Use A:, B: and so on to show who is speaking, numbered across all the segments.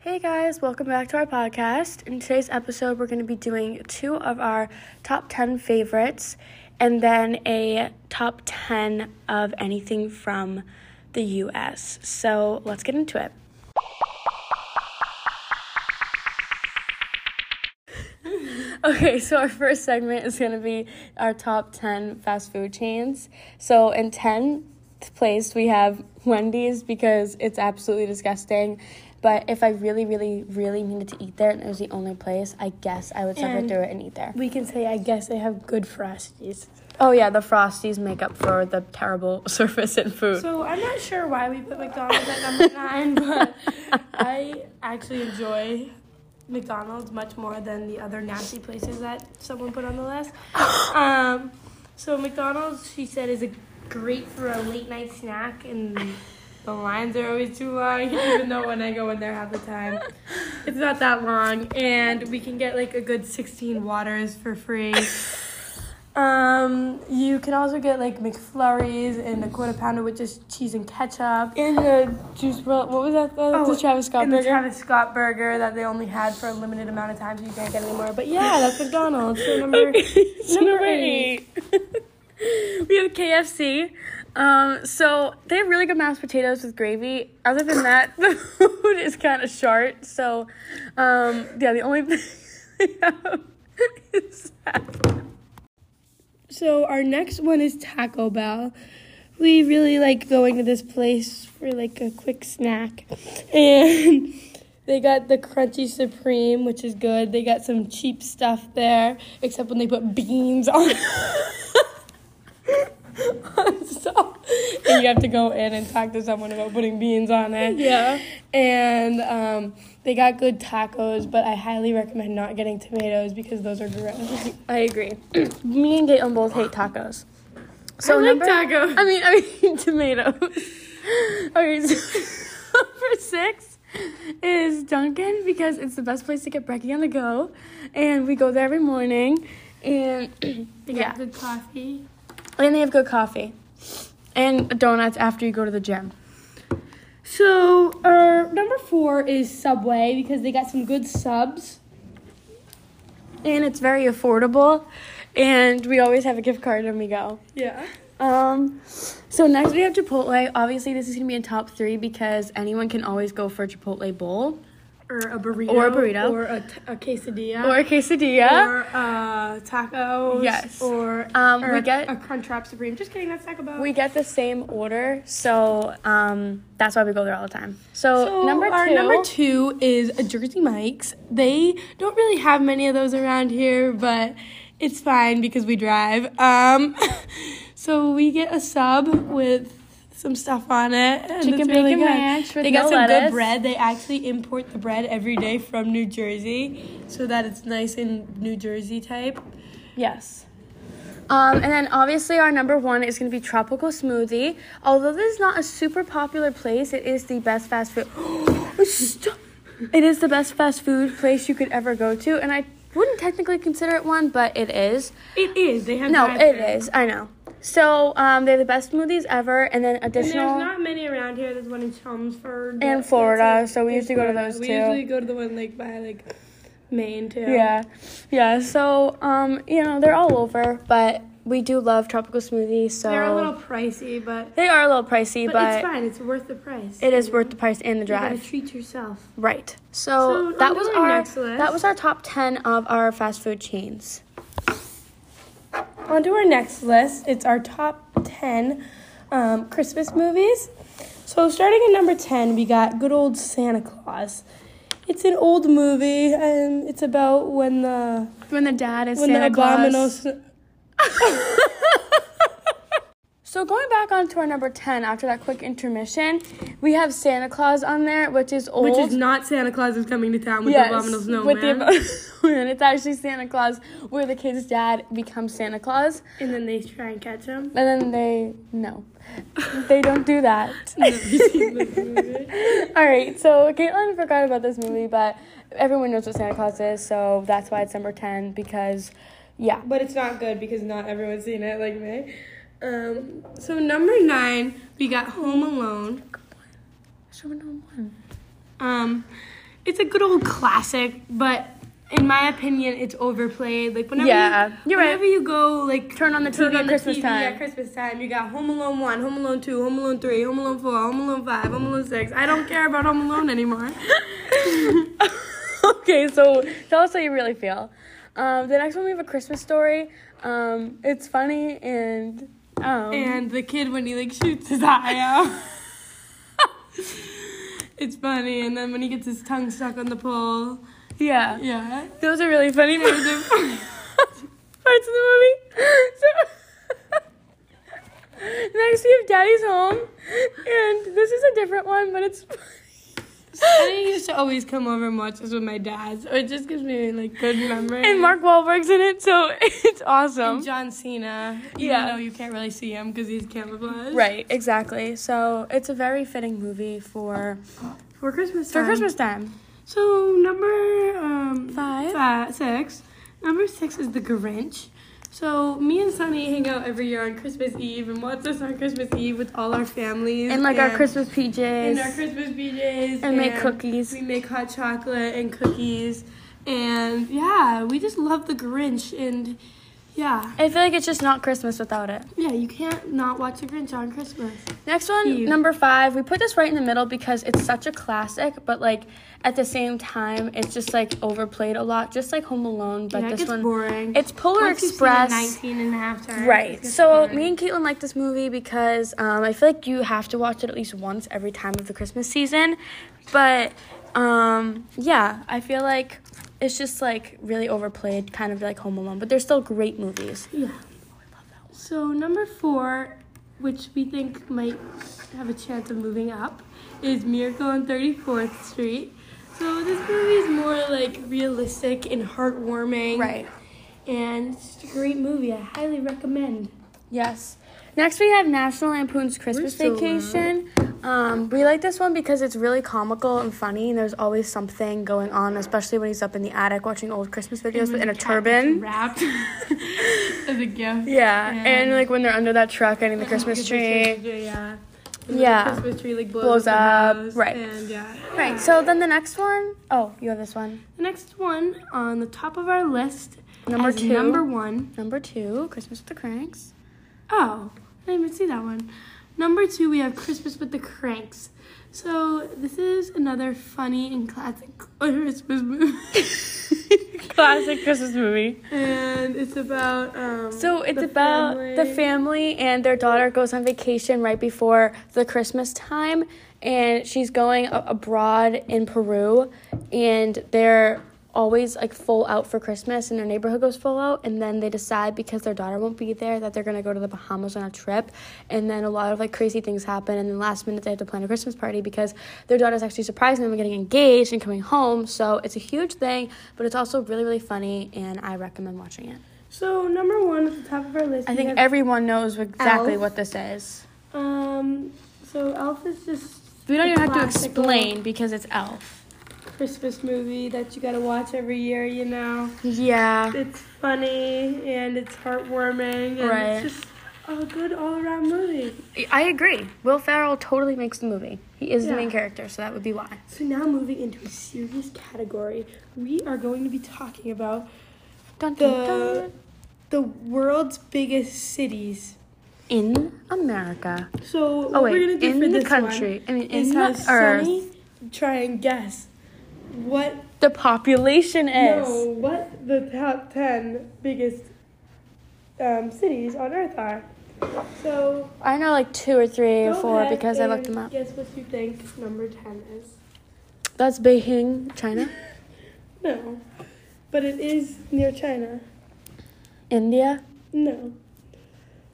A: Hey guys, welcome back to our podcast. In today's episode, we're going to be doing two of our top 10 favorites and then a top 10 of anything from the US. So let's get into it. Okay, so our first segment is going to be our top 10 fast food chains. So in 10th place, we have Wendy's because it's absolutely disgusting. But if I really, really, really needed to eat there and it was the only place, I guess I would suffer
B: And-
A: through it and eat there.
B: We can say, I guess they have good frosties.
A: Oh, yeah, the Frosties make up for the terrible surface in food.
B: So I'm not sure why we put McDonald's at number nine, but I actually enjoy McDonald's much more than the other nasty places that someone put on the list. Um, so McDonald's, she said, is a great for a late night snack, and the lines are always too long. Even though when I go in there half the time, it's not that long, and we can get like a good 16 waters for free. Um, you can also get like McFlurries and a quarter pounder with just cheese and ketchup.
A: in the juice world, what was that? The,
B: Oh,
A: Travis Scott
B: and the
A: burger?
B: Travis Scott burger that they only had for a limited amount of time, so you can't get any more. But yeah, that's McDonald's. So number
A: number,
B: Number
A: eight. we have KFC. Um, so they have really good mashed potatoes with gravy. Other than that, the food is kind of short. So, um, yeah, the only thing they have is that.
B: So our next one is Taco Bell. We really like going to this place for like a quick snack. And they got the crunchy supreme, which is good. They got some cheap stuff there, except when they put beans on. on stuff. And you have to go in and talk to someone about putting beans on it.
A: Yeah.
B: And um, they got good tacos, but I highly recommend not getting tomatoes because those are gross.
A: I agree. Me and Caitlin both hate tacos. So
B: I like
A: number-
B: tacos.
A: I mean, I mean tomatoes. okay, so number six is Dunkin' because it's the best place to get brekkie on the go, and we go there every morning, and
B: They got
A: yeah,
B: good coffee.
A: and they have good coffee and donuts after you go to the gym.
B: So, our number four is Subway because they got some good subs.
A: And it's very affordable, and we always have a gift card when we go.
B: Yeah.
A: Um, so next we have Chipotle. Obviously, this is gonna be in top three because anyone can always go for a Chipotle bowl
B: Or a burrito.
A: Or a burrito.
B: Or a, t- a quesadilla.
A: or a quesadilla.
B: Or, uh, tacos.
A: Yes.
B: Or,
A: Um,
B: or
A: we
B: a-
A: get-
B: a Crunchwrap Supreme. Just kidding, that's Taco Bell.
A: we get the same order, so um, that's why we go there all the time. So,
B: So
A: number two,
B: our number two is a Jersey Mike's. They don't really have many of those around here, but it's fine because we drive. Um, so we get a sub with some stuff on it. And
A: Chicken
B: it's really
A: bacon
B: good.
A: ranch with
B: They got
A: no
B: some
A: lettuce.
B: good bread. They actually import the bread every day from New Jersey, so that it's nice and New Jersey type.
A: yes. Um, and then obviously our number one is gonna be Tropical Smoothie. Although this is not a super popular place, it is the best fast food. Stop. It is the best fast food place you could ever go to, and I wouldn't technically consider it one, but it is.
B: It is. They have
A: No,
B: drive-thru.
A: it is. I know. So um, they're the best smoothies ever, and then
B: And
A: additional.
B: there's not many around here. There's one in Chelmsford
A: And
B: It's
A: Florida, so we
B: in
A: usually go to
B: Florida.
A: those
B: we
A: too.
B: usually go to the one like by like Maine too.
A: yeah, yeah. So um, you know they're all over, but we do love tropical smoothies. So
B: They're a little pricey, but,
A: they are a little pricey,
B: but,
A: but,
B: it's fine. It's worth the price.
A: it is worth the price and the
B: You gotta
A: drive.
B: treat yourself.
A: Right. So,
B: So,
A: that
B: onto
A: was
B: our
A: our
B: next list.
A: that was our top ten of our fast food chains.
B: On to our next list. It's our top 10 um, Christmas movies. So, starting at number 10, we got Good Old Santa Claus. It's an old movie, and it's about when the
A: When the dad is
B: when the abominable Sna-
A: So going back on to our number ten after that quick intermission, we have Santa Claus on there, which is old.
B: which is not Santa Claus is coming to town with the abominable snowman.
A: With the abominable- it's actually Santa Claus, where the kid's dad becomes Santa Claus,
B: and then they try and catch him.
A: and then they no, they don't do that. All right, so Caitlin forgot about this movie, but everyone knows what Santa Claus is, so that's why it's number ten because, yeah,
B: But it's not good because not everyone's seen it like me. Um, so number nine, we got Home Alone.
A: show number one.
B: Um, it's a good old classic, but in my opinion, it's overplayed. Like whenever
A: Yeah,
B: you,
A: you're right.
B: whenever you go like
A: Turn on the TV at Christmas time.
B: at Christmas time, you got Home Alone one, Home Alone two, Home Alone three, Home Alone four, Home Alone five, Home Alone six. I don't care about Home Alone anymore.
A: okay, so tell us how you really feel. Um, the next one we have a Christmas story. Um, it's funny and um,
B: and the kid when he like shoots his eye out. it's funny, and then when he gets his tongue stuck on the pole,
A: yeah,
B: yeah.
A: those are really funny parts of
B: Those are
A: the
B: funny.
A: movie. So, next we have Daddy's Home, and this is a different one, but it's
B: I used to always come over and watch this with my dad, so it just gives me like good memories.
A: and Mark Wahlberg's in it, so it's awesome.
B: And John Cena, even
A: Yeah.
B: though you can't really see him because he's camouflaged.
A: Right, exactly. So it's a very fitting movie for
B: For Christmas
A: for
B: time.
A: Christmas time.
B: So number um
A: Five.
B: fi- six. Number six is the Grinch. So me and Sunny hang out every year on Christmas Eve and watch this on Christmas Eve with all our families
A: And like our Christmas PJs.
B: and our Christmas PJs
A: And make cookies.
B: We make hot chocolate and cookies and yeah, we just love the Grinch and yeah.
A: I feel like it's just not Christmas without it.
B: Yeah, you can't not watch the Grinch on Christmas.
A: Next one,
B: Eve.
A: number five. We put this right in the middle because it's such a classic, but like at the same time, it's just like overplayed a lot, just like Home Alone. But
B: yeah, it
A: this
B: gets
A: one,
B: boring.
A: it's Polar
B: Once you've seen it
A: Express.
B: 19 and a half times. it
A: Right.
B: gets
A: So
B: boring.
A: me and Caitlin like this movie because um, I feel like you have to watch it at least once every time of the Christmas season. But um, yeah, I feel like it's just like really overplayed, kind of like Home Alone. But they're still great movies.
B: Yeah. So number four, which we think might have a chance of moving up, is Miracle on 34th Street. So this movie is more like realistic and heartwarming. And it's just a great movie. I highly recommend.
A: Yes. Next, we have National Lampoon's Christmas
B: We're so
A: Vacation. Um, we like this one because it's really comical and funny, and there's always something going on, especially when he's up in the attic watching old Christmas videos in a turban.
B: Wrapped as a gift.
A: Yeah,
B: And-
A: and like when they're under that truck and in
B: Oh,
A: the Christmas tree.
B: Yeah.
A: Yeah.
B: The Christmas tree like blows,
A: Blows
B: the
A: up,
B: house,
A: right.
B: And yeah.
A: Right. So then the next one oh, you have this one.
B: The next one on the top of our list
A: Number
B: as
A: two.
B: number one
A: Number two, Christmas with the Cranks.
B: Oh, I didn't even see that one. Number two, we have Christmas with the Cranks. So this is another funny and classic Christmas movie,
A: Classic Christmas movie.
B: and it's about um,
A: So it's
B: the
A: about the
B: family.
A: family and their daughter goes on vacation right before the Christmas time, and she's going a- abroad in Peru, and they're always like full out for Christmas, and their neighborhood goes full out, and then they decide because their daughter won't be there that they're gonna go to the Bahamas on a trip, and then a lot of like crazy things happen, and then last minute they have to plan a Christmas party because their daughter's actually surprising them and getting engaged and coming home, so it's a huge thing, but it's also really really funny, and I recommend watching it.
B: So number one at the top of our list.
A: I
B: we
A: think
B: have,
A: everyone knows exactly
B: Elf.
A: what this is.
B: um, so Elf is just
A: We don't
B: the
A: even have to
B: classical
A: explain because it's Elf.
B: Christmas movie that you gotta watch every year. You know,
A: Yeah.
B: it's funny and it's heartwarming, and
A: Right.
B: it's just a good all-around movie.
A: I agree. Will Ferrell totally makes the movie. He is the
B: Yeah.
A: main character, so that would be why.
B: So now moving into a serious category, we are going to be talking about
A: Dun, dun,
B: the
A: dun.
B: the world's biggest cities.
A: In America.
B: So what
A: Oh, wait.
B: we're gonna do
A: in
B: for
A: the
B: this
A: country. I mean,
B: one
A: in
B: is have
A: the earth.
B: Sunny try and guess what
A: The population is.
B: no what the top ten biggest um, cities on Earth are. So
A: I know like two or three or
B: go
A: four
B: ahead
A: because I looked
B: and
A: them up.
B: Guess what you think number ten is?
A: That's Beijing, China.
B: No, but it is near China.
A: India,
B: No.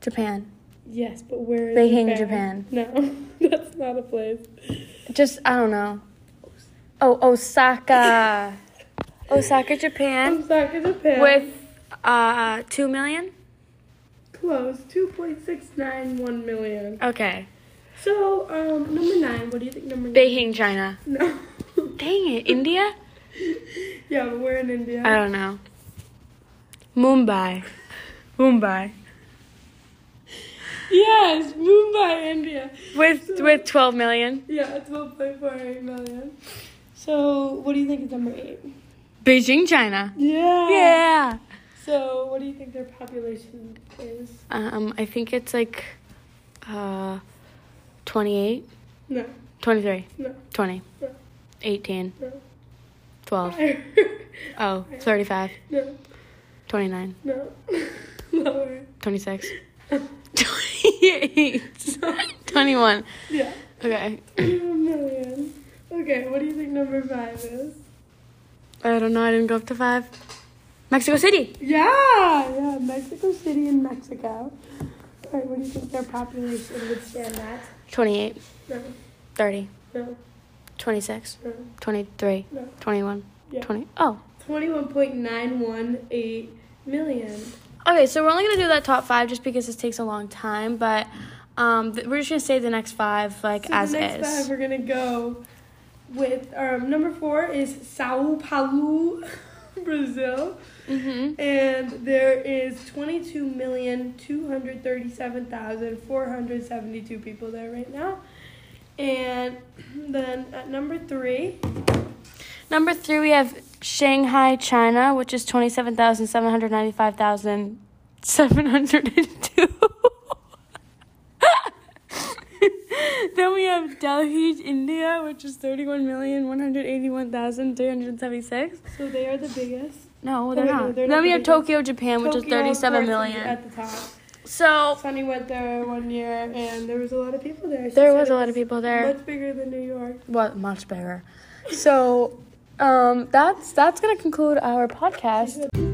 A: Japan.
B: Yes, but where is
A: Beijing, Japan.
B: No, that's not a place.
A: Just, I don't know. Oh, Osaka. Osaka, Japan.
B: Osaka, Japan.
A: With uh, 2 million?
B: close, two point six nine one million.
A: Okay.
B: So, um, number nine. What do you think number nine?
A: Beijing, China.
B: No.
A: Dang it, India?
B: yeah, but we're in India.
A: I don't know. Mumbai. Mumbai.
B: yes, Mumbai, India.
A: With with 12 million.
B: Yeah, twelve point four eight million. So, what do you think is number eight?
A: Beijing, China.
B: Yeah.
A: Yeah.
B: So, what do you think their population is?
A: Um, I think it's like uh, 28,
B: No,
A: 23,
B: no,
A: 20, 18,
B: no.
A: 12, oh, 35,
B: no,
A: 29,
B: no. Lower.
A: 26, 28, 21.
B: Yeah.
A: Okay.
B: A million. Okay, what do you think number five is?
A: I don't know. I didn't go up to five. Mexico City.
B: Yeah, yeah, Mexico City in Mexico. All right, what do you think their population would stand at?
A: 28,
B: No,
A: 30,
B: no,
A: 26,
B: no,
A: 23,
B: no.
A: 21,
B: Yeah.
A: 20. Oh.
B: 21.918 million.
A: Okay, so we're only gonna do that top five just because this takes a long time, but um, th- we're just gonna say the next five like
B: So
A: as
B: the next
A: is.
B: five, we're gonna go with um, number four is Sao Paulo, Brazil,
A: Mm-hmm.
B: and there is twenty two million two hundred thirty seven thousand four hundred seventy two people there right now. And then at number three,
A: Number three, we have Shanghai, China, which is twenty-seven thousand seven hundred ninety-five thousand seven hundred and two. then we have Delhi, India, which is thirty-one million one hundred eighty-one thousand three hundred seventy-six.
B: so they are the biggest.
A: No,
B: Oh,
A: they're
B: wait,
A: not.
B: no, they're
A: then
B: not
A: we
B: the
A: have
B: biggest.
A: Tokyo, Japan, which is
B: Tokyo, of
A: thirty-seven
B: course, is
A: million.
B: at the top.
A: So
B: Sunny went there one year, and there was a lot of people there. She
A: there
B: said
A: was
B: it
A: a lot of people there.
B: Much bigger than New York.
A: Well, much better. So, um, that's that's gonna conclude our
B: She
A: podcast.
B: said-